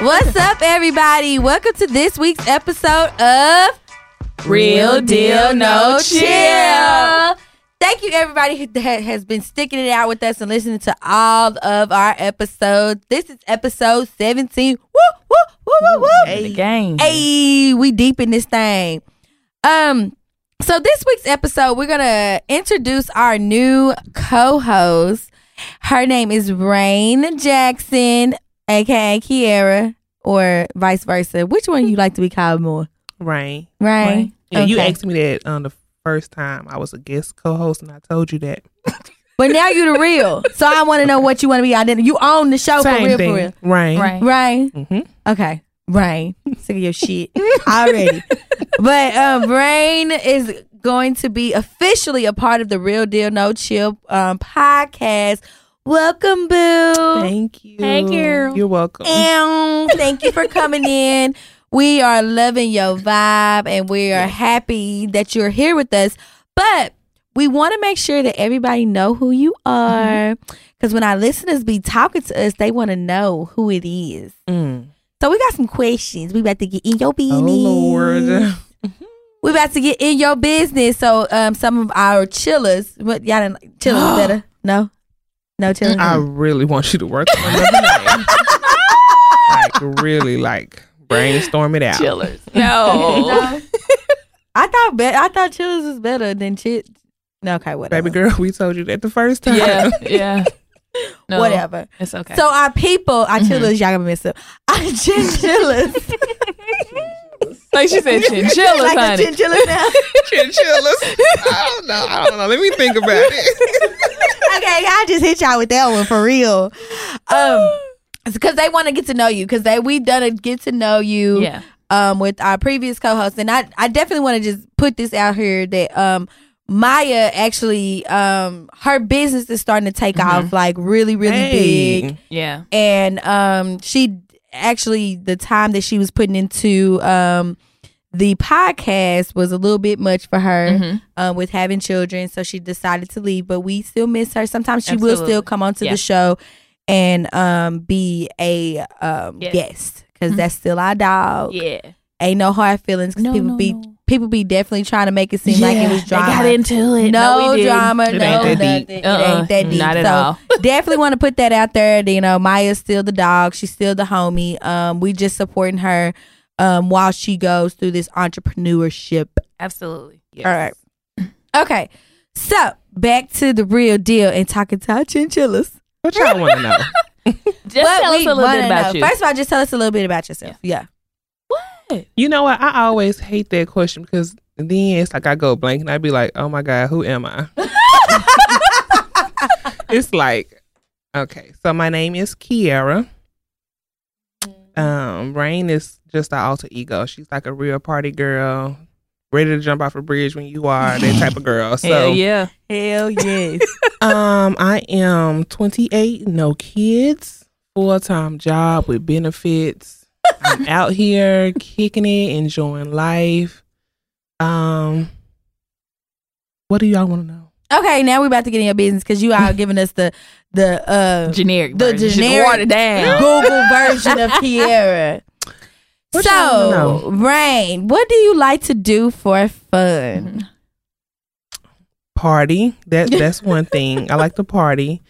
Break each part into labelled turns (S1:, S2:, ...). S1: What's up, everybody? Welcome to this week's episode of
S2: Real Deal No Chill.
S1: Thank you, everybody who ha- has been sticking it out with us and listening to all of our episodes. This is episode 17. Woo, woo, woo, woo, woo.
S2: The game.
S1: Hey, we deep in this thing. Um, so this week's episode, we're gonna introduce our new co-host. Her name is Rain Jackson, aka Kiara, or vice versa. Which one you like to be called more?
S3: Rain.
S1: Rain.
S2: Rain.
S3: Yeah, you
S1: Okay.
S3: asked me that on the first time I was a guest co-host, and I told you that.
S1: But now you the real. So I want to know what you want to be identified. You own the show for real, for real.
S3: Rain.
S2: Right.
S1: Rain.
S3: Mm-hmm.
S1: Okay. Rain. Sick of your shit already. but um, Rain is going to be officially a part of the Real Deal No Chill um, podcast. Welcome, Boo.
S3: Thank you.
S2: Thank you.
S3: You're welcome.
S1: Ow. Thank you for coming in. We are loving your vibe and we are happy that you're here with us. But we want to make sure that everybody know who you
S3: Mm-hmm.
S1: are because when our listeners be talking to us, they want to know who it is.
S3: Mm.
S1: So we got some questions. We about to get in your business.
S3: Oh Lord.
S1: We about to get in your business. So um, some of our chillers, what y'all didn't, chillers better? No, no chillers.
S3: I really want you to work on another name. like really, like brainstorm it out.
S2: Chillers. No.
S1: No. I thought be- I thought chillers was better than chit. No, okay, whatever.
S3: Baby girl, we told you that the first time.
S2: yeah. Yeah. No.
S1: Whatever.
S2: It's okay.
S1: So our people, our
S3: Mm-hmm.
S2: Mhm.
S1: chillers, y'all gonna mess up. Our chinchillas,
S2: like she said, chinchillas,
S1: like the
S2: honey.
S1: chinchillas now.
S3: Chinchillas. I don't know. I don't know. Let me think about it.
S1: okay, I just hit y'all with that one for real. Um, because they want to get to know you. Because they we've done a get to know you.
S2: yeah.
S1: Um, with our previous co-host, and I I definitely want to just put this out here that um. Maya actually, um, her business is starting to take off like really, really
S3: Hey.
S1: big,
S2: Yeah.
S1: and um, she actually the time that she was putting into um the podcast was a little bit much for her
S2: Mhm.
S1: um, with having children, so she decided to leave. But we still miss her. Sometimes she will
S2: Absolutely.
S1: still come onto
S2: Yeah.
S1: the show and um, be a um,
S2: Yes.
S1: guest because
S2: Mhm.
S1: that's still our dog.
S2: Yeah.
S1: Ain't no hard feelings because
S2: No,
S1: people
S2: no,
S1: be
S2: no.
S1: people be definitely trying to make it seem like it was drama.
S2: They got into it.
S1: No,
S2: we didn't.
S1: drama, no
S3: ain't that
S1: nothing.
S3: deep.
S1: It
S2: Uh-uh.
S1: ain't that deep.
S2: Not at
S1: So,
S2: all.
S1: definitely want to put that out there. that, You know, Maya's still the dog. She's still the homie. Um, we just supporting her um, while she goes through this entrepreneurship
S2: Absolutely.
S3: Yes.
S1: all right. Okay. So back to the real deal and talking to our chinchillas.
S3: What y'all want to know?
S2: Just
S1: What
S2: tell us
S1: we
S2: a little
S1: wanna
S2: bit about
S1: know.
S2: you.
S1: First of all, just tell us a little bit about yourself. Yeah.
S3: You know what? I always hate that question because then it's like I go blank and I'd be like, oh my God, who am I? it's like, okay, so my name is Kiara.
S2: Mm-hmm.
S3: Um, Rain is just our alter ego. She's like a real party girl, ready to jump off a bridge when you are, that type of girl. So,
S2: Hell yeah.
S1: Hell yes.
S3: um, I am 28, no kids, full time job with benefits. I'm out here kicking it, enjoying life. Um, what do y'all want to know?
S1: okay, now we're about to get in your business because you are giving us the the uh
S2: Generic.
S1: The
S2: version. Just
S1: generic-
S2: Watered down.
S1: Google version of Kiara.
S3: What y'all wanna
S1: so, Rain, what do you like to do for fun?
S3: Party. That that's one thing. I like to party.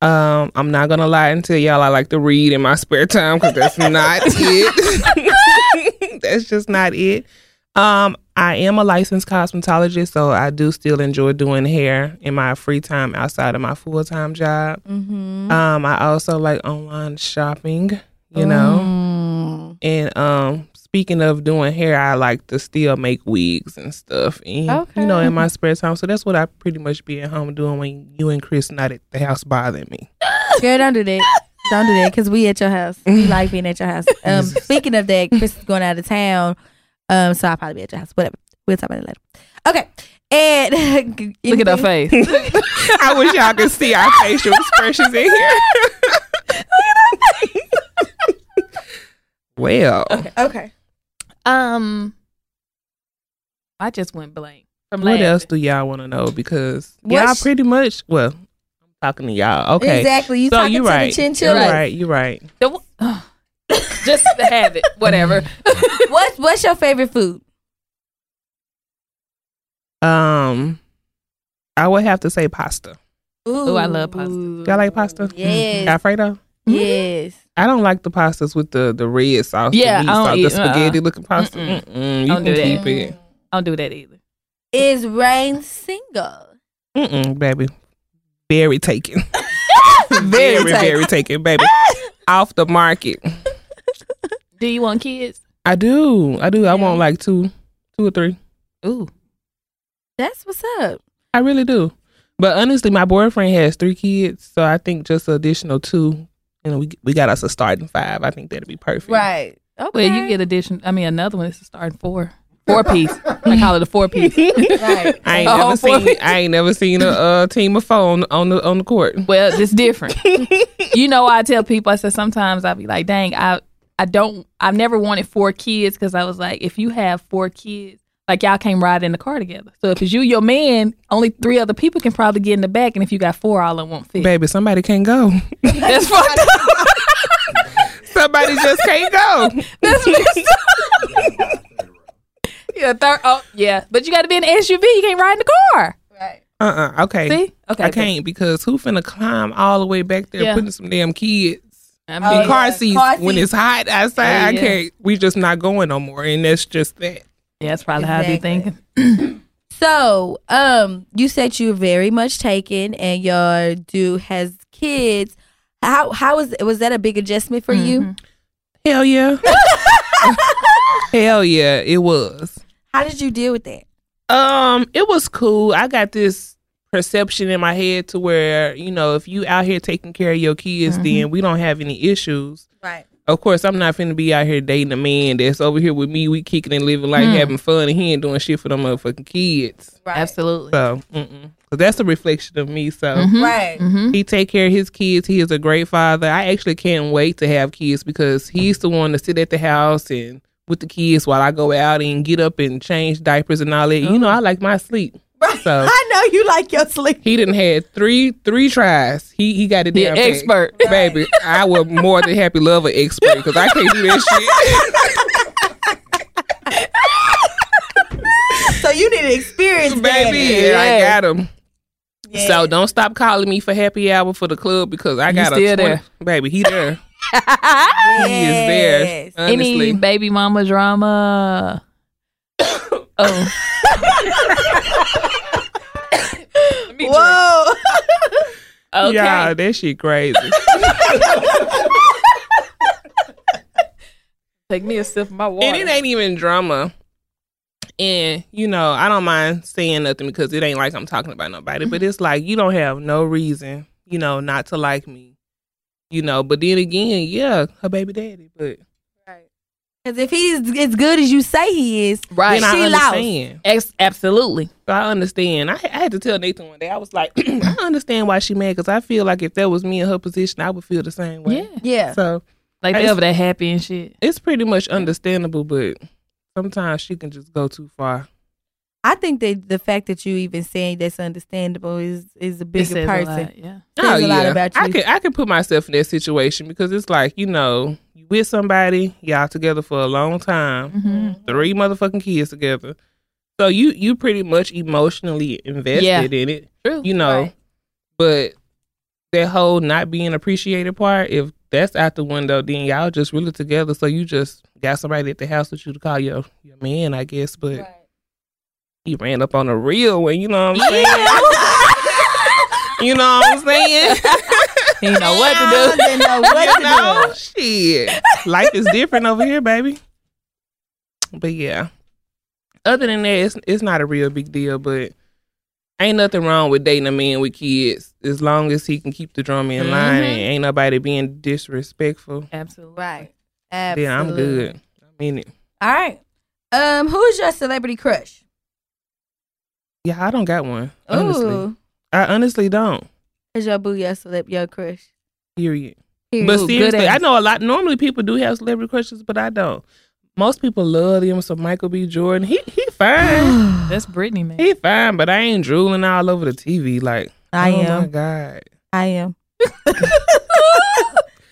S3: Um, I'm not gonna lie and tell y'all I like to read in my spare time because that's not it. that's just not it. Um, I am a licensed cosmetologist, so I do still enjoy doing hair in my free time outside of my full time job.
S1: Mm-hmm.
S3: Um, I also like online shopping, you
S1: Mm.
S3: know.
S1: Mm-hmm.
S3: And um, speaking of doing hair, I like to still make wigs and stuff. And
S1: Okay.
S3: you know, in my spare time, so that's what I pretty much be at home doing when you and Chris not at the house bothering me.
S1: Girl, don't do that. Don't do that because we at your house. We like being at your house. Um, speaking of that, Chris is going out of town, um, so I'll probably be at your house. Whatever. We'll talk about it later. Okay. And
S2: Look at her face.
S3: I wish y'all could see our facial expressions in here. well,
S1: Okay.
S2: um, I just went blank. From
S3: what
S2: laughing.
S3: else do y'all want to know? Because
S1: What
S3: y'all
S1: sh-
S3: pretty much. Well, I'm talking to y'all. Okay,
S1: Exactly. You
S3: so
S1: talking
S3: you
S1: to
S3: right.
S1: the chinchilla?
S3: You're right. You're right.
S2: The, w- Ugh. Just to have it, whatever.
S1: What's what's your favorite food?
S3: Um, I would have to say pasta.
S1: Ooh,
S2: I love pasta.
S3: Y'all like pasta?
S1: Yes.
S3: Alfredo.
S1: Yes.
S3: I don't like the pastas with the the red sauce.
S2: Yeah,
S3: the, meat
S2: I don't
S3: sauce,
S2: eat- uh-uh.
S3: the spaghetti looking pasta.
S2: Mm-mm.
S3: Mm-mm, you
S2: Don't do
S3: can
S2: that.
S3: keep it.
S2: Don't do that either.
S1: Is Rain single?
S3: Mm-mm, baby. Very taken. very,
S1: Very taken.
S3: very taken, baby. Off the market.
S2: Do you want kids?
S3: I do. I do. I want like two, two or three.
S2: Ooh.
S1: That's what's up.
S3: I really do. But honestly, my boyfriend has three kids, so I think just an additional two, and we we got us a starting five. I think that'd be perfect.
S1: Right. Okay.
S2: Well, you get addition. I mean, another one. It's a starting four. Four piece. I call it a four piece.
S1: right.
S3: I ain't
S2: A
S3: never
S2: whole
S3: seen.
S2: four-
S3: I ain't never seen a uh, team of four on, on the on the court.
S2: Well, it's different. you know, I tell people, I said sometimes I'll be like, dang, I I don't, I've never wanted four kids because I was like, if you have four kids, like y'all can't ride in the car together. So if it's you, your man, only three other people can probably get in the back, and if you got four, all in one fit.
S3: Baby, somebody can't go.
S2: That's fucked up.
S3: Somebody just can't go.
S2: That's messed up. yeah, third. Oh, yeah, but you got to be in the SUV. You can't ride in the car.
S1: Right.
S3: Uh uh Okay.
S2: See? Okay,
S3: I can't because who finna climb all the way back there
S2: Yeah.
S3: putting some damn kids
S2: I
S1: Oh,
S3: in
S2: mean,
S1: yeah.
S3: car seats
S1: Car
S3: when
S1: seats.
S3: it's hot outside?
S2: Yeah,
S3: I
S2: yeah.
S3: can't. We just not going no more, and that's just that.
S2: yeah, that's probably how I be
S1: Exactly.
S2: thinking.
S1: So, um, you said you're very much taken, and your dude has kids. How how is was that a big adjustment for you?
S3: Hell yeah. Hell yeah, it was.
S1: How did you deal with that?
S3: Um, it was cool. I got this perception in my head to where, you know, if you out here taking care of your kids, then we don't have any issues.
S1: Right.
S3: Of course, I'm not finna be out here dating a man that's over here with me. We kicking and living
S2: Hmm.
S3: like having fun, and he ain't doing shit for them motherfucking kids.
S1: Right.
S2: Absolutely.
S3: So, mm-mm. so that's a reflection of me. So
S1: Right.
S2: hmm
S3: he take care of his kids. He is a great father. I actually can't wait to have kids because he's the one to sit at the house and with the kids while I go out and get up and change diapers and all that. You
S2: Oh.
S3: know, I like my sleep.
S1: Right.
S3: So-
S1: I know you like your sleep.
S3: He didn't had three three tries. He he got it
S2: The
S3: down. pat.
S2: expert.
S3: baby. I would more than happy love an expert because I can't do that shit.
S1: So you need to experience
S3: baby.
S2: Yeah.
S3: I got him.
S1: Yeah.
S3: So don't stop calling me for happy hour for the club because I got
S2: still
S3: a 20
S2: there.
S3: baby. He there.
S1: that.
S3: He is there. Honestly,
S2: Any baby mama drama? oh,
S1: Whoa.
S2: okay.
S3: yeah, that shit crazy.
S2: Take me a sip of my water.
S3: and it ain't even drama. And you know, I don't mind saying nothing because it ain't like I'm talking about nobody. But it's like you don't have no reason, you know, not to like me. You know, but then again, yeah, her baby daddy. But
S1: Because if he's as good as you say he is,
S2: Right.
S3: then I
S1: She lost.
S3: understand.
S2: Ex- absolutely.
S3: So I understand. I, I had to tell Nathan one day. I was like, I understand why she mad because I feel like if that was me in her position, I would feel the same way.
S1: yeah.
S3: So
S2: Like
S3: I
S2: they
S3: just-
S2: over that happy and shit.
S3: it's pretty much understandable, but sometimes she can just go too far.
S1: I think that the fact that you even saying that's understandable is is a
S2: It
S1: bigger
S2: says
S1: person.
S2: a lot. Yeah.
S1: Says a lot about
S3: Oh, I
S1: you.
S3: can I can put myself in that situation because it's like you know you with somebody, y'all together for a long time,
S2: hmm
S1: Mm-hmm.
S3: three motherfucking kids together. So you you pretty much emotionally invested in it.
S2: True.
S3: you know.
S1: Right.
S3: But that whole not being appreciated part, if that's out the window, then y'all just really together. So you just got somebody at the house with you to call your your man, I guess. But he ran up on a real one, you know what I'm saying? you know what I'm saying?
S2: you know what
S1: I
S2: to do.
S1: didn't know what
S3: you
S1: to do.
S3: know, shit. Life is different over here, baby. But yeah. Other than that, it's it's not a real big deal, but ain't nothing wrong with dating a man with kids as long as he can keep the drama in line and ain't nobody being disrespectful.
S2: Absolutely.
S1: Right. Absolutely.
S3: Yeah, Then I'm good. I mean it.
S1: All right. Um, who's your celebrity crush?
S3: Yeah, I don't got one. Honestly.
S1: Ooh.
S3: I honestly don't.
S1: Is your boo your celeb your crush?
S3: Period.
S1: Period.
S2: Ooh,
S3: But
S2: good
S3: seriously, I
S2: ass.
S3: know a lot. Normally, people do have celebrity crushes, but I don't. Most people love him. So Michael B. Jordan, he he fine,
S1: Oh
S2: That's Brittany, man.
S3: he fine, but I ain't drooling all over the TV like
S1: I
S3: oh
S1: am.
S3: my god,
S1: I am.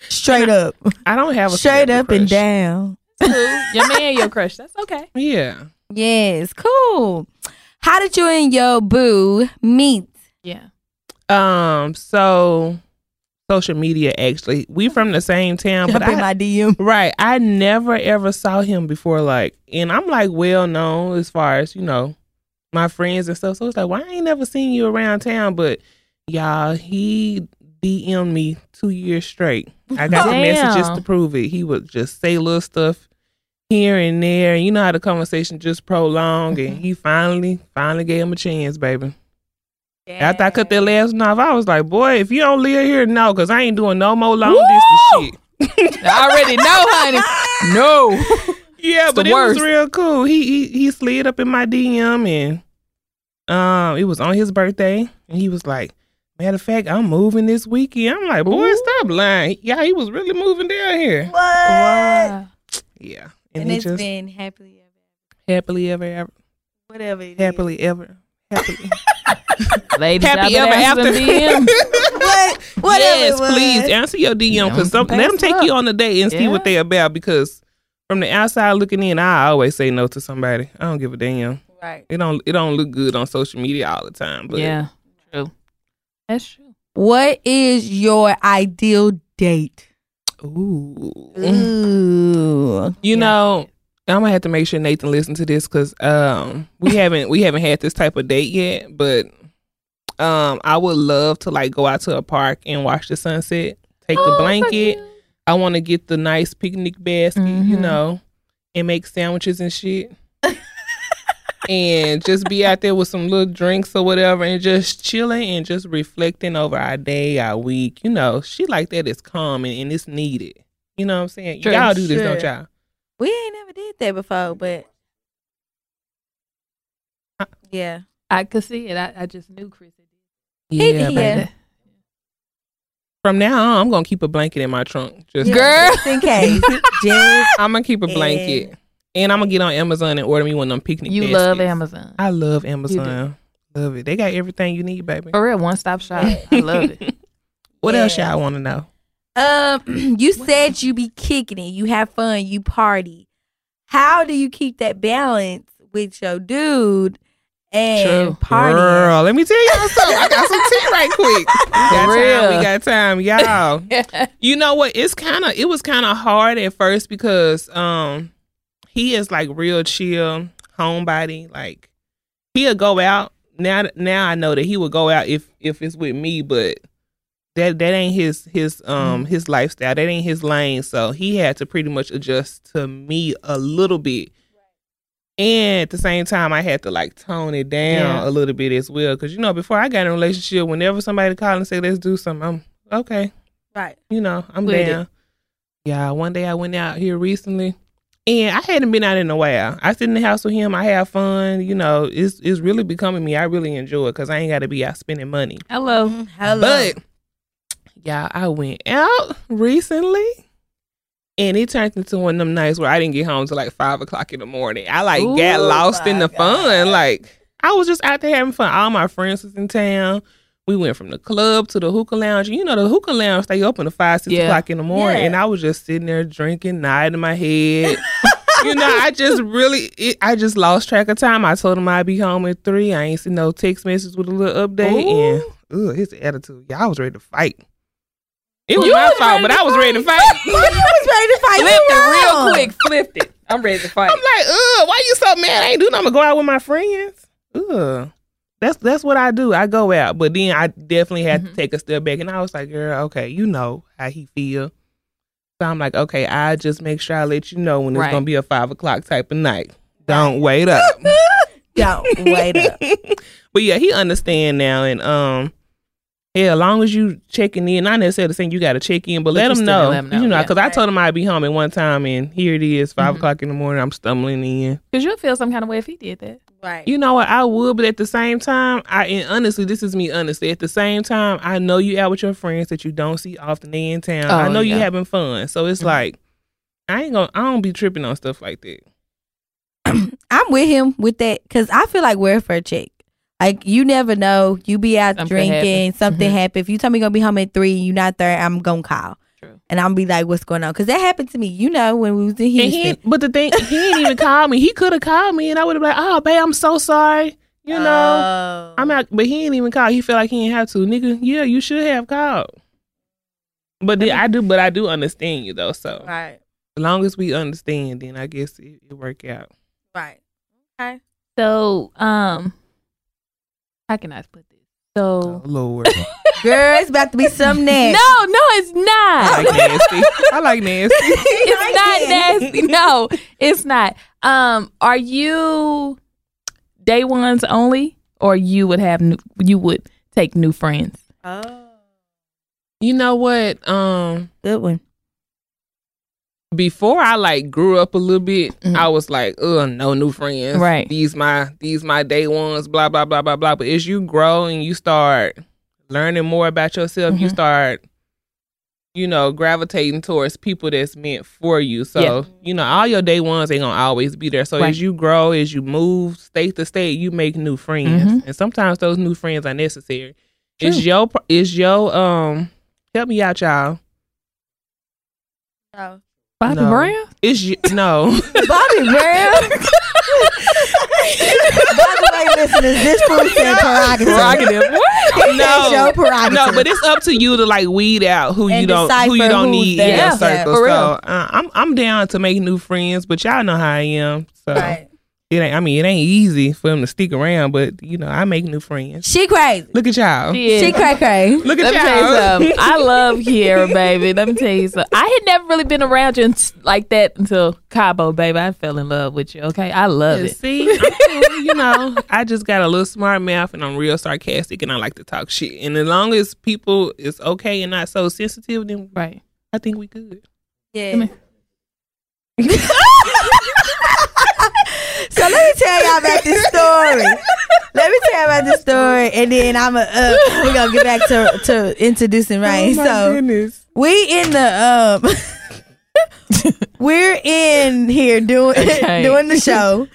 S1: Straight up.
S3: I don't have a
S1: Straight
S3: celebrity
S1: up and
S3: crush.
S1: down.
S2: your man, your crush. That's okay.
S3: Yeah.
S1: Yes, cool. How did you and your boo meet?
S2: Yeah.
S3: Um. So, social media. Actually, we from the same town, but
S1: Jump in
S3: I,
S1: my DM.
S3: right. I never ever saw him before. Like, and I'm like well known as far as you know, my friends and stuff. So it's like, why I ain't never seen you around town? But y'all, he DM'd me two years straight. I got the
S2: Damn.
S3: messages to prove it. He would just say little stuff here and there. You know how the conversation just prolonged, and he finally, finally gave him a chance, baby. After I cut that last knife, I was like, boy, if you don't live here, no, because I ain't doing no more long
S2: Woo!
S3: distance shit.
S2: I already know,
S1: Oh,
S2: honey. No.
S3: Yeah,
S2: It's
S3: but
S2: the
S3: it
S2: worst.
S3: was real cool. He, he he slid up in my DM and um it was on his birthday and he was like, Matter of fact, I'm moving this weekend. I'm like, boy,
S2: Ooh.
S3: stop lying. Yeah, he was really moving down here.
S1: What?
S2: Wow.
S3: Yeah. And,
S1: And
S3: he
S1: it's
S3: just
S1: been happily ever.
S3: happily ever ever
S1: Whatever. it is.
S3: happily ever. Happily.
S2: Ladies,
S3: Happy
S2: y'all
S3: ever
S2: better ask
S3: after.
S2: them DM.
S1: What? Whatever.
S3: yes,
S1: it was.
S3: please answer your DM because
S2: Yeah.
S3: some let them
S2: Thanks
S3: take
S2: up.
S3: you on a date and see
S2: Yeah.
S3: what they about. Because from the outside looking in, I always say no to somebody. I don't give a damn.
S1: Right.
S3: It don't it don't look good on social media all the time. But
S2: Yeah. True. That's true.
S1: What is your ideal date?
S3: ooh,
S1: Ooh.
S3: you
S2: Mm-hmm. Yeah.
S3: know, I'm gonna have to make sure Nathan listens to this because um we haven't we haven't had this type of date yet. But um I would love to like go out to a park and watch the sunset. Take
S2: Oh,
S3: the blanket. I want to get the nice picnic basket, you
S2: Mhm.
S3: know, and make sandwiches and shit. and just be out there with some little drinks or whatever and just chilling and just reflecting over our day, our week. You know, shit like that is calm and, and it's needed. You know what I'm saying?
S2: True,
S3: y'all do this, don't
S1: sure.
S3: y'all?
S1: We ain't never did that before, but
S3: Huh?
S1: yeah.
S2: I could see it. I, I just knew Chris.
S1: Yeah,
S3: baby. From now on, I'm going to keep a blanket in my trunk. Just
S1: Yeah,
S2: Girl.
S1: Just in case. just
S3: I'm going to keep a blanket.
S1: And-
S3: and I'm going to get on Amazon and order me one of them picnic
S2: You
S3: baskets.
S2: love Amazon.
S3: I love Amazon. Love it. They got everything you need, baby.
S2: For real, one stop shop. I love it.
S3: What else
S1: Yeah.
S3: y'all want to know?
S1: um you said you be kicking it, you have fun, you party. How do you keep that balance with your dude and
S2: True.
S1: party?
S3: Girl, let me tell y'all something. I got some tea right quick. Got time.
S2: real.
S3: We got time, y'all. you know what? It's kind of it was kind of hard at first because um he is like real chill homebody. Like he'll go out now. Now I know that he would go out if if it's with me, but that that ain't his his um his lifestyle. That ain't his lane. So he had to pretty much adjust to me a little bit. And at the same time, I had to like tone it down
S2: Yeah.
S3: a little bit as well, because you know, before I got in a relationship, whenever somebody called and say let's do something, I'm okay
S1: Right.
S3: you know, I'm
S2: With it.
S3: down. Yeah, one day I went out here recently, and I hadn't been out in a while. I sit in the house with him. I have fun. You know, it's it's really becoming me. I really enjoy it because I ain't got to be out spending money.
S2: Hello.
S1: Hello.
S3: But yeah, I went out recently. And it turned into one of them nights where I didn't get home till like five o'clock in the morning. I like got
S2: Ooh,
S3: lost in
S1: my
S3: the fun.
S1: God.
S3: Like I was just out there having fun. All my friends was in town. We went from the club to the hookah lounge. You know the hookah lounge stay open to five, six
S2: Yeah.
S3: o'clock in the morning.
S1: Yeah.
S3: And I was just sitting there drinking, nodding my head. you know, I just really, it, I just lost track of time. I told him I'd be home at three. I ain't seen no text message with a little update, and ugh, his attitude. Yeah, I was ready to fight. It was
S2: You
S3: my
S2: was
S3: fault,
S2: ready
S3: but
S2: to
S3: I was ready to
S1: you
S3: fight.
S1: was ready to fight
S2: Flipped it
S1: wrong.
S2: real quick. Flipped it. I'm ready to fight.
S3: I'm like, ugh, why you so mad? I ain't doing. I'm gonna go out with my friends. Ugh, that's that's what I do. I go out, but then I definitely had to
S2: Mhm.
S3: take a step back, and I was like, girl, okay, you know how he feel. So I'm like, okay, I just make sure I let you know when it's
S2: Right.
S3: gonna be a five o'clock type of night. Don't wait up.
S1: Don't wait up.
S3: But yeah, he understand now, and um, yeah, as long as you checking in, not necessarily saying you got to check in, but,
S2: you
S3: let him
S2: still
S3: know,
S2: let 'em know,
S3: you know,
S2: yeah.
S3: because I told him I'd be home at one time, and here it is, 5
S2: Mhm.
S3: o'clock in the morning. I'm stumbling in.
S2: Because you'll feel some kind of way if he did that.
S1: Right.
S3: You know what? I would, but at the same time, I and honestly, this is me honestly. At the same time, I know you out with your friends that you don't see often. They in town. I
S2: Oh,
S3: know you
S2: yeah.
S3: having fun, so it's
S2: Mhm.
S3: like I ain't gonna. I don't be tripping on stuff like that.
S1: I'm with him with that because I feel like we're for a check. Like you never know. You be out
S2: Something
S1: drinking,
S2: happen.
S1: something
S3: Mm-hmm.
S2: Mhm.
S1: happen. If you tell me you're gonna be home at three, you not there, I'm gonna call.
S2: True.
S1: and I'm be like, what's going on? Because that happened to me, you know, when we was in
S3: And
S1: Houston.
S3: he, but the thing, he didn't even call me. He could have called me, and I would have been like, "Oh, babe, I'm so sorry." You know,
S1: Oh.
S3: I'm out. But he ain't even call. He feel like he ain't have to, nigga. Yeah, you should have called. But then I do, but I do understand you though. So
S1: right,
S3: as long as we understand, then I guess it, it work out.
S1: right.
S2: So, um, how can I put this?
S1: Oh.
S2: So,
S3: Lord,
S1: Girl, it's about to be some
S2: no,
S1: next.
S2: no, it's
S3: I
S2: not.
S3: like nasty. I like nasty.
S2: it's not nasty. No, it's not. Um, are you day ones only, or you would have new, you would take new friends?
S1: Oh,
S3: You know what? Um,
S1: good one.
S3: before I like grew up a little bit,
S2: Mhm.
S3: I was like, "Ugh, no new friends.
S2: Right.
S3: These my these my day ones. Blah blah blah blah blah." But as you grow and you start learning more about yourself, you
S2: Mhm.
S3: start, you know, gravitating towards people that's meant for you. So
S2: Yeah.
S3: you know, all your day ones ain't gonna always be there. So
S2: Right.
S3: as you grow, as you move state to state, you make new friends,
S2: Mhm.
S3: and sometimes those new friends are necessary.
S2: True.
S3: Is your is your um help me out, y'all?
S1: Oh.
S2: Bobby
S3: No.
S2: Brown?
S3: Is you no.
S1: Bobby Brown. By the way, listeners, this fool said prerogative.
S3: prerogative.
S1: He said
S3: No.
S1: your prerogative.
S3: No, but it's up to you to like weed out who
S1: And
S3: you don't who you
S1: decipher
S3: don't
S1: who's
S3: need
S1: there.
S3: in your
S2: Yeah,
S3: circle.
S2: for real.
S3: So uh, I'm I'm down to make new friends, but y'all know how I am. So
S1: right.
S3: it ain't. I mean, it ain't easy for them to stick around, but you know, I make new friends.
S1: She crazy.
S3: Look at y'all.
S2: Shit.
S1: She cray cray.
S3: Look
S2: Let
S3: at
S2: me
S3: y'all.
S2: tell you something. I love Kiara, baby. Let me tell you something. I had never really been around you unt- like that until Cabo, baby. I fell in love with you. Okay, I love
S3: And
S2: it.
S3: See, I'm cool, you know, I just got a little smart mouth and I'm real sarcastic and I like to talk shit. And as long as people is okay and not so sensitive, then
S2: Right.
S3: I think we good.
S1: Yeah. so let me tell y'all about this story. Let me tell you about this story, and then I'm a, uh, we're gonna get back to to introducing Ryan.
S3: Oh my
S1: so
S3: goodness.
S1: we in the um, we're in here doing
S2: Okay.
S1: doing the show.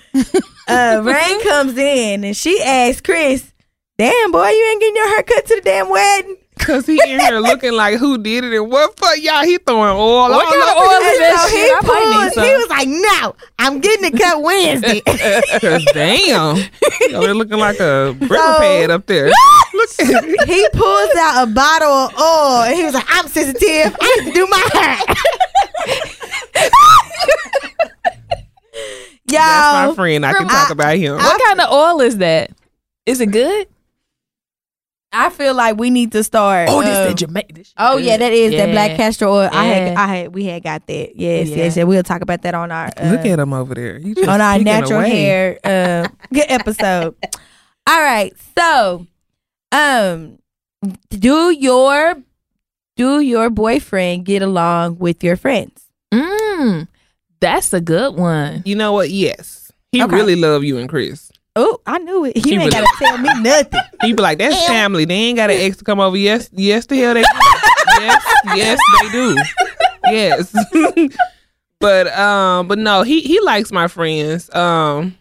S1: Uh, Rain comes in and she asks Chris, "Damn boy, you ain't getting your haircut to the damn wedding."
S3: Cause he in here looking like who did it and what for y'all? He throwing oil.
S2: What
S3: all
S2: kind of
S3: over
S2: oil
S1: And
S2: is that
S1: so he
S2: shit? oh, I might need
S1: pulled. He
S2: some.
S1: was like, "No, I'm getting it cut Wednesday."
S3: Cause damn, you know, they're looking like a brick
S1: So-
S3: pad up there. Look,
S1: he pulls out a bottle of oil and he was like, I'm sensitive. I need to do my hair.
S3: that's my
S1: Y'all,
S3: friend. I can talk about him.
S2: What kind of oil is that? Is it good?
S1: I feel like we need to start.
S2: Oh, this
S1: um,
S2: that Jamaican. this shit
S1: Oh yeah,
S2: good.
S1: that is that black
S2: Yeah.
S1: castor oil. I had,
S2: Yeah.
S1: I had, we had got that. Yes,
S2: Yeah.
S1: yes, yeah. We'll talk about that on our uh,
S3: Look at him over there. He just
S1: on our
S3: picking
S1: natural
S3: away.
S1: hair uh, good episode. All right, so um, do your do your boyfriend get along with your friends?
S2: Mm, that's a good one.
S3: You know what? Yes, he
S1: Okay.
S3: really love you and Chris.
S1: Oh, I knew it. You
S3: He
S1: ain't
S3: really-
S1: gotta tell me nothing.
S3: He be like, that's family. They ain't got an ex to come over. Yes, yes, the hell they do. yes, yes, they do. Yes. but um, but no, he he likes my friends. Um,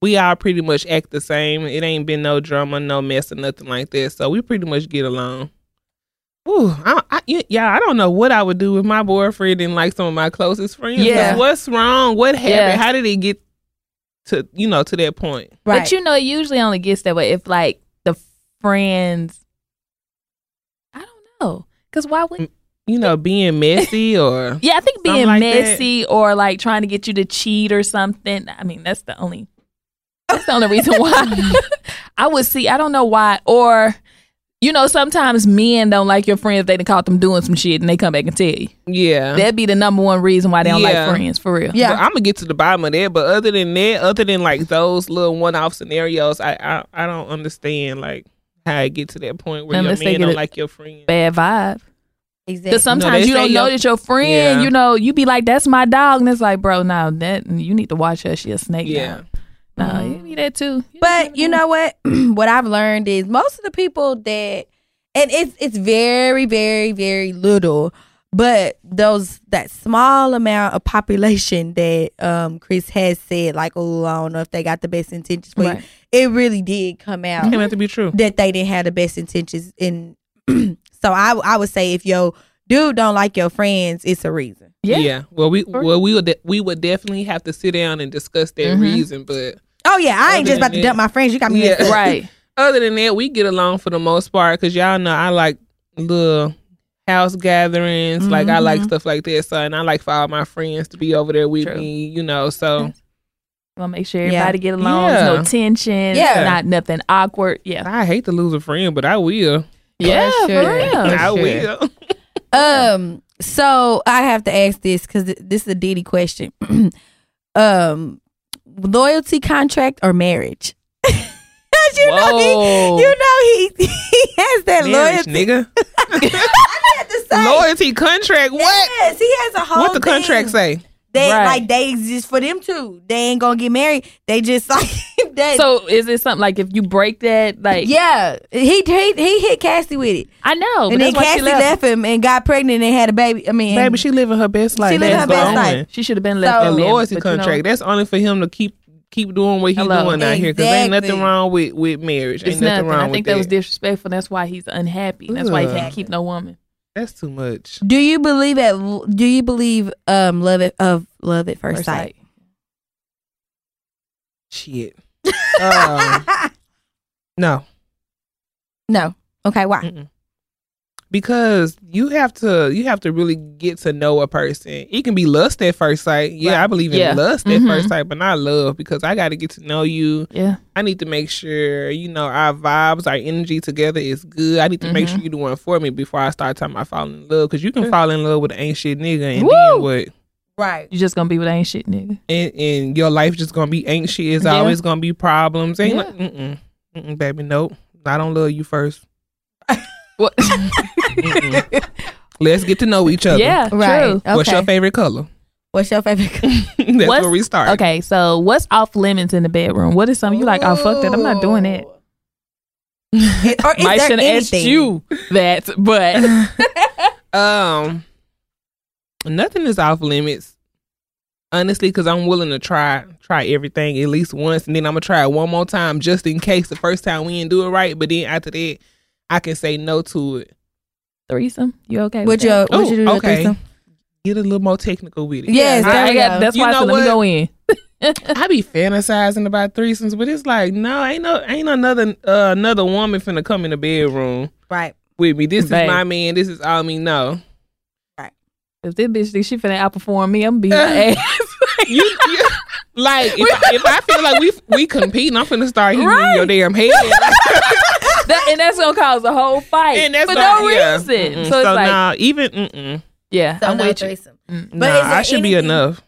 S3: we all pretty much act the same. It ain't been no drama, no mess, or nothing like that. So we pretty much get along. Ooh, I, I, y- yeah, I don't know what I would do with my boyfriend and like some of my closest friends. 'Cause
S2: Yeah.
S3: what's wrong? What happened?
S2: Yeah.
S3: How did it get to you know to that point?
S1: Right.
S2: But you know, it usually only gets that way if like the friends. I don't know, cause why would?
S3: You know, being messy or
S2: Yeah, I think
S3: Mm, Something
S2: being
S3: like that.
S2: messy or like trying to get you to cheat or something. I mean, that's the only. That's the only reason why I would see. I don't know why or. You know, sometimes men don't like your friends. They done caught them doing some shit, and they come back and tell you.
S3: yeah.
S2: That'd be the number one reason why they don't
S3: Yeah.
S2: like friends, for real.
S1: Yeah.
S3: I'm gonna get to the bottom of that. But other than that, other than like those little one-off scenarios, I I, I don't understand like how I get to that point where
S2: Unless
S3: your
S2: they
S3: man
S2: get
S3: don't
S2: it-
S3: like your friend.
S2: Bad vibe.
S1: exactly.
S2: Because sometimes
S3: they
S2: you
S3: say
S2: don't know
S3: your-
S2: that your friend,
S3: Yeah.
S2: you know, you be like, "That's my dog," and it's like, "Bro, no, that you need to watch her. She a snake." Yeah,
S3: Yeah,
S2: no, you be that too.
S1: but you know what? what I've learned is most of the people that, and it's it's very very very little, but those that small amount of population that um Chris has said like, oh, I don't know if they got the best intentions for
S2: Right.
S1: you. It really did come out
S3: came out to be true.
S1: that they didn't have the best intentions in so I I would say if your dude don't like your friends, it's a reason.
S2: Yeah.
S3: Well, we
S2: Sure.
S3: well we would de- we would definitely have to sit down and discuss that
S2: Mhm.
S3: reason. But
S1: Oh yeah, I ain't just about to dump my friends. You got me.
S3: Yeah.
S1: messed up.
S2: Right.
S3: other than that, we get along for the most part because y'all know I like little house gatherings. Like I like
S2: Mhm.
S3: stuff like that. So and I like for all my friends to be over there with
S2: True.
S3: me. You know. So
S2: We'll make sure
S1: Yeah.
S2: everybody get along. There's
S3: Yeah.
S2: no tension.
S1: Yeah.
S2: Not nothing awkward. Yeah.
S3: I hate to lose a friend, but I will.
S2: Yeah.
S1: sure.
S2: For real.
S1: For
S3: I
S1: sure.
S3: will.
S1: Um. So I have to ask this because th- this is a Diddy question. um, loyalty contract or marriage? 'Cause you know he,
S2: Whoa.
S1: you know he, he has that
S3: Marriage,
S1: loyalty.
S3: nigga.
S1: I had to say.
S3: Loyalty contract. What?
S1: Yes, he has a whole.
S3: What the
S1: thing.
S3: contract say?
S1: They
S2: Right.
S1: like they exist for them too. They ain't gonna get married. They just like that.
S2: so is it something like if you break that? Like
S1: yeah, he he he hit Cassie with it,
S2: I know. Oh, But
S1: and then
S2: that's why
S1: Cassie
S2: she left.
S1: left. him and got pregnant and had a baby. I mean,
S3: Baby, she living her best life.
S1: living
S3: That's
S1: her best
S3: going.
S1: life.
S2: She should have been
S1: So-
S2: left.
S3: That
S2: alone,
S3: loyalty
S2: but you know-
S3: contract. that's only for him to keep keep doing what he's doing
S2: Hello.
S3: out here. Because ain't nothing
S1: Exactly.
S3: wrong with with marriage.
S2: It's
S3: Ain't nothing,
S2: nothing.
S3: wrong
S2: I think
S3: with
S2: that was disrespectful. That's why he's unhappy. That's why he
S1: Ugh.
S2: can't keep no woman.
S3: That's too much.
S1: Do you believe at do you believe um love it of love at first,
S2: First
S1: sight?
S2: sight.
S3: Shit. um, no.
S1: no. Okay, why?
S3: Mm-mm. Because you have to you have to really get to know a person. It can be lust at first sight. Yeah, I believe in
S2: Yeah.
S3: lust at
S2: Mhm.
S3: first sight, but not love because I got to get to know you.
S2: Yeah.
S3: I need to make sure, you know, our vibes, our energy together is good. I need to make
S2: Mhm.
S3: sure you're the one for me before I start talking about falling in love. Cause you can fall in love with an ain't shit nigga and
S2: Woo!
S3: then what?
S1: Right.
S2: You just gonna be with ain't shit, nigga.
S3: And, and your life just gonna be ain't shit. It's
S2: Yeah.
S3: always gonna be problems. Ain't
S2: Yeah.
S3: no- mm-mm, mm-mm, baby, nope. I don't love you first.
S2: What?
S3: Mm-mm. Let's get to know each other.
S2: yeah.
S1: Right.
S2: True.
S1: Okay.
S3: What's your favorite color?
S1: What's your favorite? color?
S3: That's
S2: What's-
S3: where we start.
S2: Okay. So what's off limits in the bedroom? What is something you like? Oh fuck that. I'm not doing that.
S1: It- or is
S2: I
S1: there
S2: should have asked
S1: anything?
S2: you that, but
S3: Um, nothing is off limits, honestly, because I'm willing to try try everything at least once, and then I'm gonna try it one more time just in case the first time we didn't do it right. But then after that, I can say no to it.
S2: threesome. You okay?
S1: Would
S2: with
S1: you
S2: that?
S1: would you do
S3: Oh,
S1: the
S3: okay.
S1: threesome?
S3: Get a little more technical with it.
S1: Yes,
S2: I,
S1: there we
S2: I got,
S1: go.
S2: that's
S3: You
S2: why I
S3: know
S2: said let me
S3: what?
S2: go in.
S3: I be fantasizing about threesomes, but it's like no, ain't no ain't another uh, another woman finna come in the bedroom
S1: Right.
S3: with me. This
S2: Babe.
S3: is my man. This is all me. No,
S2: If this bitch think she finna outperform me, I'm gonna be her ass.
S3: you, you- like if, I- if I feel like we we competing, I'm finna start hitting you in your damn head.
S2: That- and that's gonna cause a whole fight
S3: and that's
S2: for
S3: not-
S2: no
S3: yeah.
S2: reason.
S3: Mm-mm.
S2: So it's like,
S3: nah, even mm-mm.
S2: yeah,
S1: So
S2: I'm
S1: no
S2: with you.
S1: threesome.
S2: Mm.
S1: But
S3: nah,
S1: is there
S3: I should be
S1: anything-
S3: enough.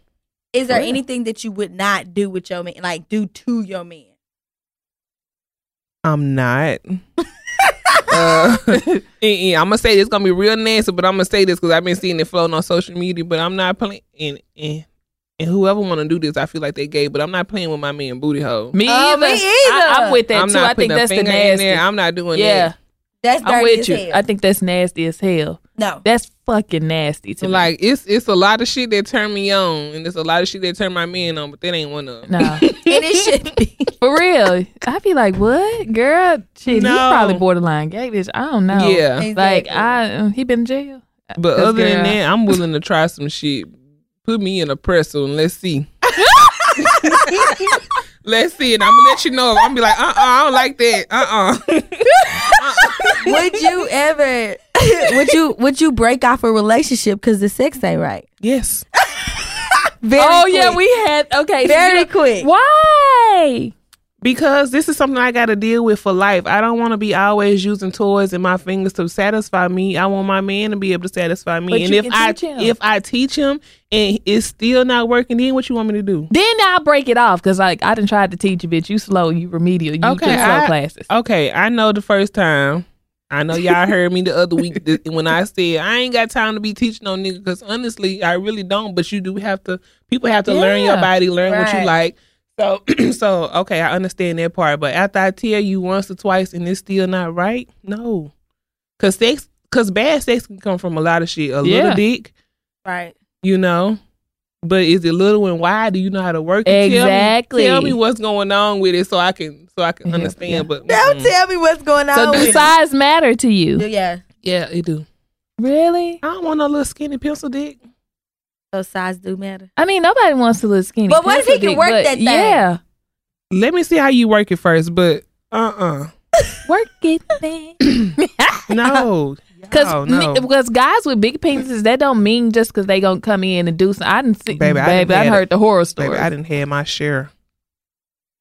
S1: Is there
S2: Yeah.
S1: anything that you would not do with your man like do to your man?
S3: I'm not. uh, I'm gonna say this gonna be real nasty, but I'm gonna say this because I've been seeing it floating on social media. But I'm not playing, and, and and whoever want to do this, I feel like they gay. But I'm not playing with my man booty hole.
S2: Me
S1: Oh,
S2: either.
S1: me
S2: I,
S1: either.
S2: am with that
S3: I'm
S2: too.
S3: not
S2: I think
S3: putting a
S2: that's the
S3: finger in
S2: nasty.
S3: there. I'm not doing
S2: yeah,
S1: That's dirty
S2: I'm
S1: as
S2: with you.
S1: hell.
S2: I think that's nasty as hell.
S1: no.
S2: That's fucking nasty to
S3: that.
S2: me.
S3: Like it's it's a lot of shit that turn me on, and it's a lot of shit that turn my man on, but that ain't one of. them.
S2: Nah,
S1: and it should be.
S2: for real. I'd be like, what, girl? Shit, he's
S3: No.
S2: probably borderline gay, bitch. I don't know.
S3: Yeah,
S2: like
S1: Exactly.
S2: I, uh, he been in jail.
S3: But
S2: 'Cause,
S3: other
S2: girl-
S3: than that, I'm willing to try some shit. Put me in a pretzel and let's see. let's see, and I'm gonna let you know. I'm gonna be like, uh, uh I don't like that. Uh, uh
S1: would you ever would you would you break off a relationship because the sex ain't right?
S3: Yes.
S1: Very
S2: oh yeah,
S1: quick.
S2: we had okay. so
S1: very
S2: you-
S1: quick.
S2: Why?
S3: Because this is something I got to deal with for life. I don't want to be always using toys and my fingers to satisfy me. I want my man to be able to satisfy me.
S2: But
S3: and
S2: you
S3: if
S2: can
S3: I
S2: teach him.
S3: if I teach him and it's still not working, then what you want me to do?
S2: Then I break it off because like I didn't try to teach you, bitch. You slow, you remedial, you do
S3: Okay,
S2: slow
S3: I-
S2: classes.
S3: Okay, I know the first time. I know y'all heard me the other week th- when I said I ain't got time to be teaching no nigga because honestly, I really don't. But you do have to. People have to learn your
S2: Yeah.
S3: body, learn what
S1: Right.
S3: you like. So, so okay, I understand that part. But after I tell you once or twice and it's still not right, no, because sex, because bad sex can come from a lot of shit. A
S2: Yeah.
S3: little dick,
S1: right.
S3: you know. But is it little and why? Do you know how to work? it? Tell me-
S2: Exactly.
S3: Tell me, what's going on with it so I can so I can
S2: Yeah,
S3: understand.
S2: yeah.
S3: But
S1: Don't
S3: mm-mm.
S1: tell me what's going on.
S2: So do
S1: with
S2: size matter to you?
S1: Yeah.
S3: Yeah, it do.
S2: Really?
S3: I don't want no little skinny pencil dick.
S1: Those size do matter.
S2: I mean, nobody wants to look skinny.
S1: But what if he
S2: pencil
S1: can
S2: dick,
S1: work
S2: but
S1: that thing?
S2: Yeah,
S3: Let me see how you work it first, but uh
S2: work it then.
S3: uh No.
S2: Because
S3: Y'all, Oh, no.
S2: because guys with big penises, that don't mean just because they gonna come in and do something. I didn't see,
S3: Baby,
S2: baby.
S3: I
S2: I,
S3: done had
S2: heard the horror story,
S3: Baby, I didn't have my share.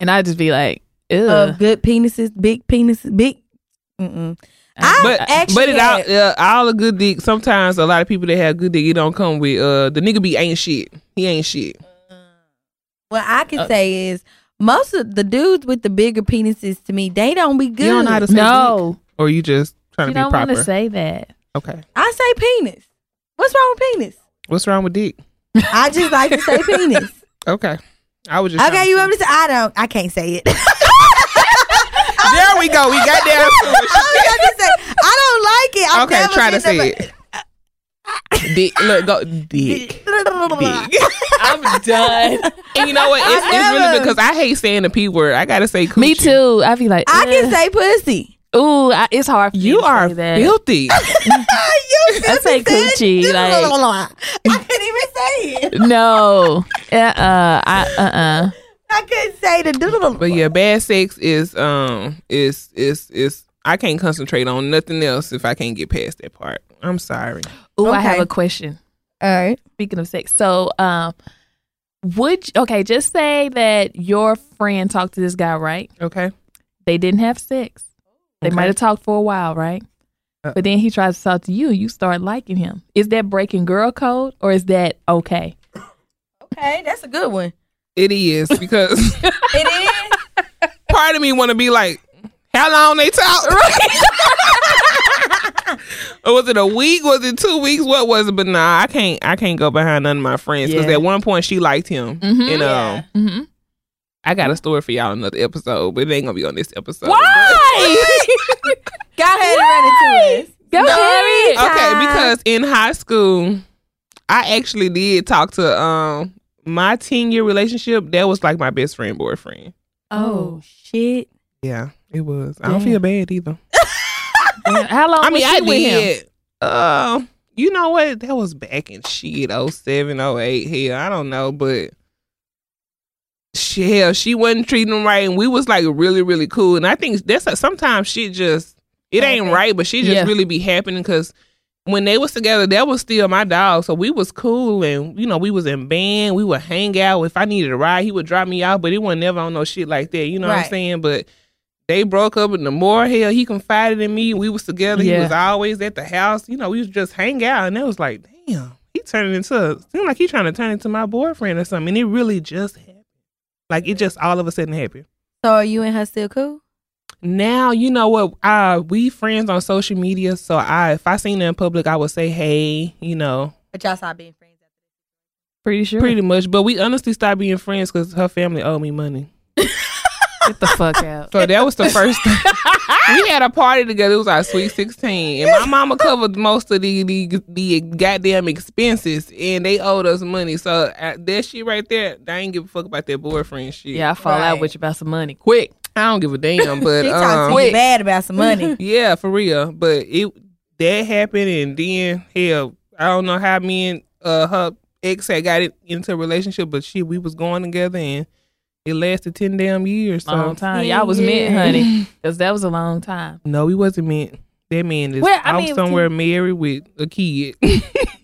S2: and I just be like, ew.
S1: Of good penises, big penises, big. Mm-mm. I
S3: Uh, But
S1: actually
S3: but it all,
S1: had-
S3: uh, all a good dick. Sometimes a lot of people that have good dick, it don't come with uh the nigga be ain't shit. He ain't shit.
S1: What I can
S2: Uh,
S1: say is most of the dudes with the bigger penises to me, they don't be good.
S3: You don't know how to say dick,
S2: no,
S3: or you just trying
S2: you
S3: to be
S2: don't want
S3: proper.
S2: to say that.
S3: okay,
S1: I say penis. What's wrong with penis?
S3: what's wrong with dick?
S1: I just like to say penis.
S3: Okay, I was just
S1: Okay,
S3: trying
S1: you
S3: to-
S1: want me to say I don't I can't say it.
S3: There we go. We got down to
S1: Oh, I was gonna say, I don't like it. I'm
S3: Okay,
S1: never
S3: try to
S1: been
S3: say
S1: the-
S3: it. it. dick. Look, go dick. Dick.
S2: I'm done.
S3: And you know what? It's,
S1: I
S3: it's really
S1: never-
S3: because I hate saying the p word. I gotta say coochie.
S2: Me too. I be like,
S1: I can
S2: ugh.
S1: say pussy.
S2: Ooh, I, it's hard. For me
S3: You
S2: to
S3: are
S2: say that.
S3: filthy.
S1: you
S2: I say coochie,
S1: I couldn't even say it.
S2: No, uh, uh, I, uh, uh.
S1: I couldn't say the doodle.
S3: But yeah, bad sex is um is is is I can't concentrate on nothing else if I can't get past that part. I'm sorry.
S2: Ooh, I have
S1: Okay.
S2: a question.
S1: All right.
S2: Speaking of sex, so um, would you, okay, just say that your friend talked to this guy, right?
S3: Okay.
S2: They didn't have sex. They
S3: Okay.
S2: might have talked for a while, right?
S3: Uh.
S2: But then he tries to talk to you. You start liking him. Is that breaking girl code or is that okay?
S1: Okay, that's a good one.
S3: It is because
S1: It is.
S3: part of me want to be like, how long they talk? or was it a week? Was it two weeks? What was it? But nah, I can't. I can't go behind none of my friends because
S2: Yeah.
S3: at one point she liked him,
S2: Mhm.
S3: and um,
S2: Mm-hmm.
S3: I got a story for y'all in another episode, but it ain't gonna be on this episode.
S2: Why?
S1: Go ahead and run into us.
S2: Go ahead.
S3: okay, because in high school, I actually did talk to um my ten year relationship. That was like my best friend boyfriend.
S2: Oh,
S1: shit.
S3: Yeah, it was. I don't
S2: Damn.
S3: feel bad either.
S2: damn. how long
S3: I mean,
S2: was
S3: I
S2: she with him?
S3: did. Uh, you know what? That was back in shit oh, 07, 08. Hell, I don't know, but she, hell, she wasn't treating him right, and we was like really, really cool. And I think that's like, sometimes shit just it ain't
S1: Happen.
S3: right, but she just
S2: Yeah.
S3: really be happening because when they was together, that was still my dog. So we was cool, and you know we was in band. We would hang out. If I needed a ride, he would drop me out. But it wasn't never on no shit like that. You know what
S1: Right.
S3: I'm saying? But they broke up, and the more hell he confided in me, we was together. He
S2: Yeah.
S3: was always at the house. You know, we was just hang out, and it was like, damn, he turning into seemed like he trying to turn into my boyfriend or something. And it really just happened. Like it just all of a sudden happened
S1: So are you and her still cool?
S3: now you know what uh we friends on social media so i if i seen her in public i would say hey you know
S1: But y'all saw being friends.
S2: Pretty sure.
S3: pretty much but we honestly stopped being friends because her family owed me money
S2: Get the fuck out.
S3: so that was the first thing we had a party together it was our sweet 16 and my mama covered most of the the, the goddamn expenses and they owed us money so uh, that shit right there i ain't give a fuck about that boyfriend shit
S2: Yeah, I fall
S1: Right.
S2: out with you about some money. Quick.
S3: i don't give a damn but
S1: She
S3: um,
S1: talked to you bad about some money.
S3: Yeah, for real. But it that happened, and then hell, I don't know how me and uh, her ex had got it into a relationship, but shit, we was going together, and it lasted ten damn years. So
S2: long time.
S1: Yeah,
S2: Y'all was meant,
S1: yeah.
S2: honey, because that was a long time.
S3: no, we wasn't meant. That man is
S2: Well, I
S3: out
S2: mean,
S3: somewhere married with a kid.
S1: No.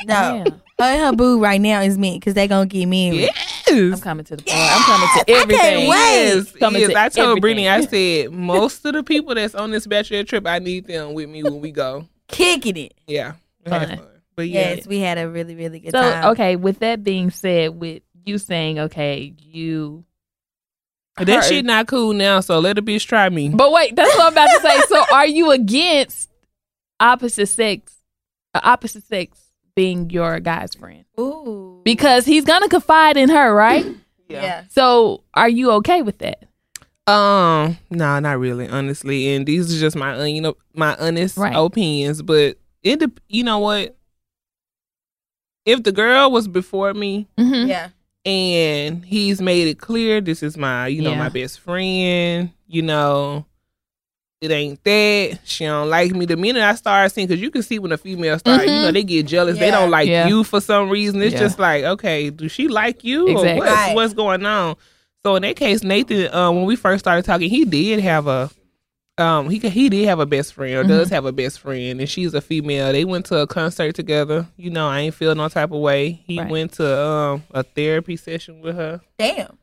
S2: Damn.
S1: Her and her boo right now is meant because they gonna get married.
S2: I'm
S3: yes.
S2: coming to the point. I'm coming to
S1: I can't
S2: everything.
S1: wait.
S3: Yes,
S2: Coming
S3: yes.
S2: to
S3: I told
S2: everything.
S3: Brittany, I said most of the people that's on this bachelor trip, I need them with me when we go.
S1: Kicking it.
S3: Yeah, Have
S2: Fun.
S3: But yeah,
S1: Yes, we had a really, really good
S2: So
S1: time.
S2: okay, with that being said, with you saying okay, you
S3: that
S2: her-
S3: shit not cool now. So let a bitch try me.
S2: But wait, that's what I'm about to say. So are you against opposite sex, uh, opposite sex being your guy's friend
S1: Ooh.
S2: because he's gonna confide in her, right?
S1: yeah.
S2: so are you okay with that?
S3: Um, no, not really, honestly. And these are just my un, you know my honest
S2: Right.
S3: opinions. But it, dep- you know what? If the girl was before me
S1: Yeah.
S2: Mm-hmm.
S3: and he's made it clear this is my, you know,
S2: Yeah.
S3: my best friend, you know, it ain't that. She don't like me. The minute I started seeing, because you can see when a female start, you know, they get jealous. They
S1: Yeah.
S3: don't like
S2: Mm-hmm. Yeah.
S3: you for some reason. It's
S2: Yeah.
S3: just like, okay, do she like you or
S2: Exactly.
S3: what's,
S1: Right.
S3: what's going on? So in that case, Nathan, um, when we first started talking, he did have a, um, he he did have a best friend or does have a best friend, and she's a female. They went to a concert together. You know, I ain't feel no type of way. He
S2: Right.
S3: went to um a therapy session with her.
S1: Damn.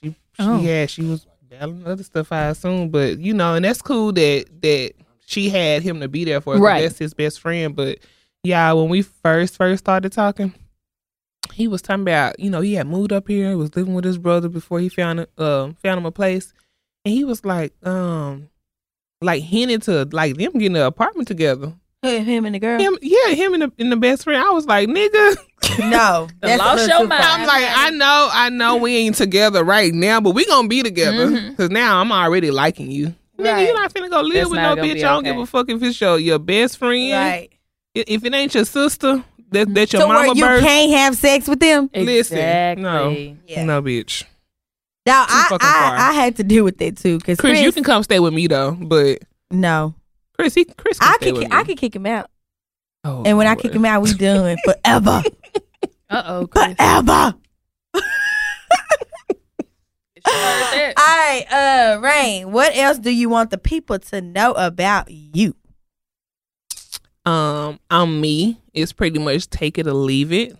S3: She, she
S2: Oh.
S3: yeah, she was battling other stuff I assume, but you know, and that's cool that that she had him to be there for. Her 'cause
S2: Right.
S3: that's his best friend. But yeah, when we first first started talking, he was talking about you know he had moved up here, was living with his brother before he found a- um found him a place, and he was like um like hinted to like them getting an apartment together.
S1: Him, him and the girl.
S3: Him yeah, him and the, and the best friend. I was like nigga.
S1: No, that's
S2: lost
S1: a little
S2: your
S1: too
S2: mind.
S1: far.
S3: I'm like, I know, I know we ain't together right now, but we gonna be together.
S2: Mhm.
S3: Cause now I'm already liking you. Nigga,
S1: Mm-hmm. Right.
S3: you not finna go live
S2: That's
S3: with
S2: not
S3: no
S2: gonna
S3: bitch.
S2: be
S3: I don't
S2: okay.
S3: give a fuck if it's your, your best friend.
S1: right. Mm-hmm.
S3: I- If it ain't your sister, that that your
S1: so where
S3: mama
S1: you
S3: birth.
S1: can't have sex with them?
S3: Listen,
S2: Exactly.
S3: no. No bitch.
S1: Now
S3: Too
S1: I,
S3: fucking far.
S1: I I had to deal with that too because
S3: Chris,
S1: Chris,
S3: you can come stay with me though, but
S1: no,
S3: Chris, he Chris can
S1: I
S3: stay
S1: could
S3: with
S1: ki-
S3: me.
S1: I could kick him out,
S3: Oh,
S1: and when I
S3: Lord.
S1: kick him out, we done forever,
S2: Uh oh, Chris.
S1: forever.
S2: It's your birthday.
S1: All right, uh, Rain, what else do you want the people to know about you?
S3: Um, I'm me. It's pretty much take it or leave it.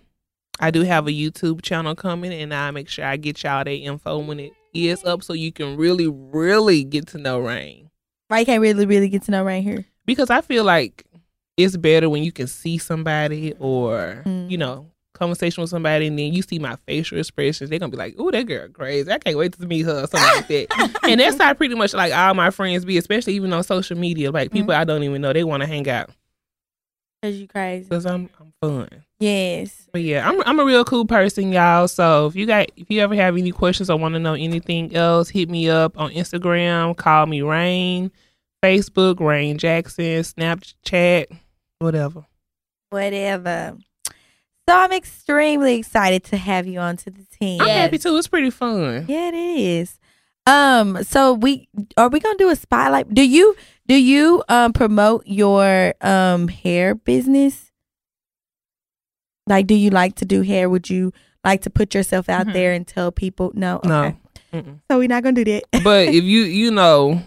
S3: I do have a YouTube channel coming, and I make sure I get y'all that info when it is up, so you can really, really get to know Rain.
S1: Why you can't really, really get to know Rain here?
S3: Because I feel like it's better when you can see somebody, or
S1: Mm.
S3: you know, conversation with somebody, and then you see my facial expressions. They're gonna be like, "Ooh, that girl crazy! I can't wait to meet her," or something like that. And that's how pretty much like all my friends be, especially even on social media. Like people I don't even know, they want to hang out
S1: Cause you crazy.
S3: because I'm I'm fun.
S1: Yes.
S3: But yeah, I'm I'm a real cool person, y'all. So if you got if you ever have any questions or want to know anything else, hit me up on Instagram. Call me Rain, Facebook Rain Jackson, Snapchat, whatever.
S1: Whatever. So I'm extremely excited to have you onto the team.
S3: I'm
S2: Yes.
S3: happy too. It's pretty fun.
S1: Yeah, it is. Um, so we are we gonna do a spotlight? Do you do you um promote your um hair business? Like, do you like to do hair? Would you like to put yourself out
S3: Mm-hmm.
S2: Mhm.
S1: there and tell people? No,
S3: No.
S1: Okay.
S3: Mm-mm.
S1: So we're not gonna do that.
S3: But if you you know.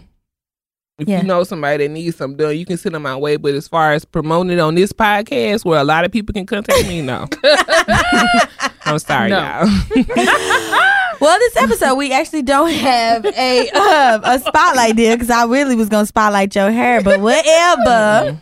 S3: If
S1: Yeah.
S3: you know somebody that needs something done, you can send them my way. But as far as promoting it on this podcast, where a lot of people can contact me, no. I'm sorry,
S2: No.
S3: y'all.
S1: well, this episode we actually don't have a um, a spotlight there because I really was gonna spotlight your hair, but whatever.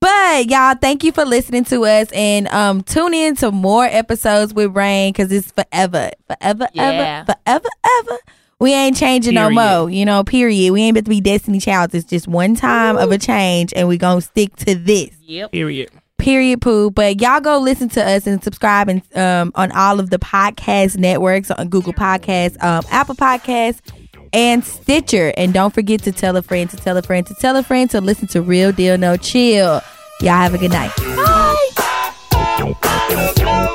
S1: But y'all, thank you for listening to us and um, tune in to more episodes with Rain because it's forever, forever,
S2: Yeah.
S1: ever, forever, ever. We ain't changing no
S3: Period.
S1: more, you know. Period. We ain't about to be Destiny Childs. It's just one time of a change, and we gonna stick to this
S2: Yep.
S3: Period.
S1: period poo but y'all go listen to us and subscribe and um, on all of the podcast networks on google podcasts um, apple podcasts and stitcher and don't forget to tell a friend to tell a friend to tell a friend to listen to real deal no chill y'all have a good night bye
S4: Don't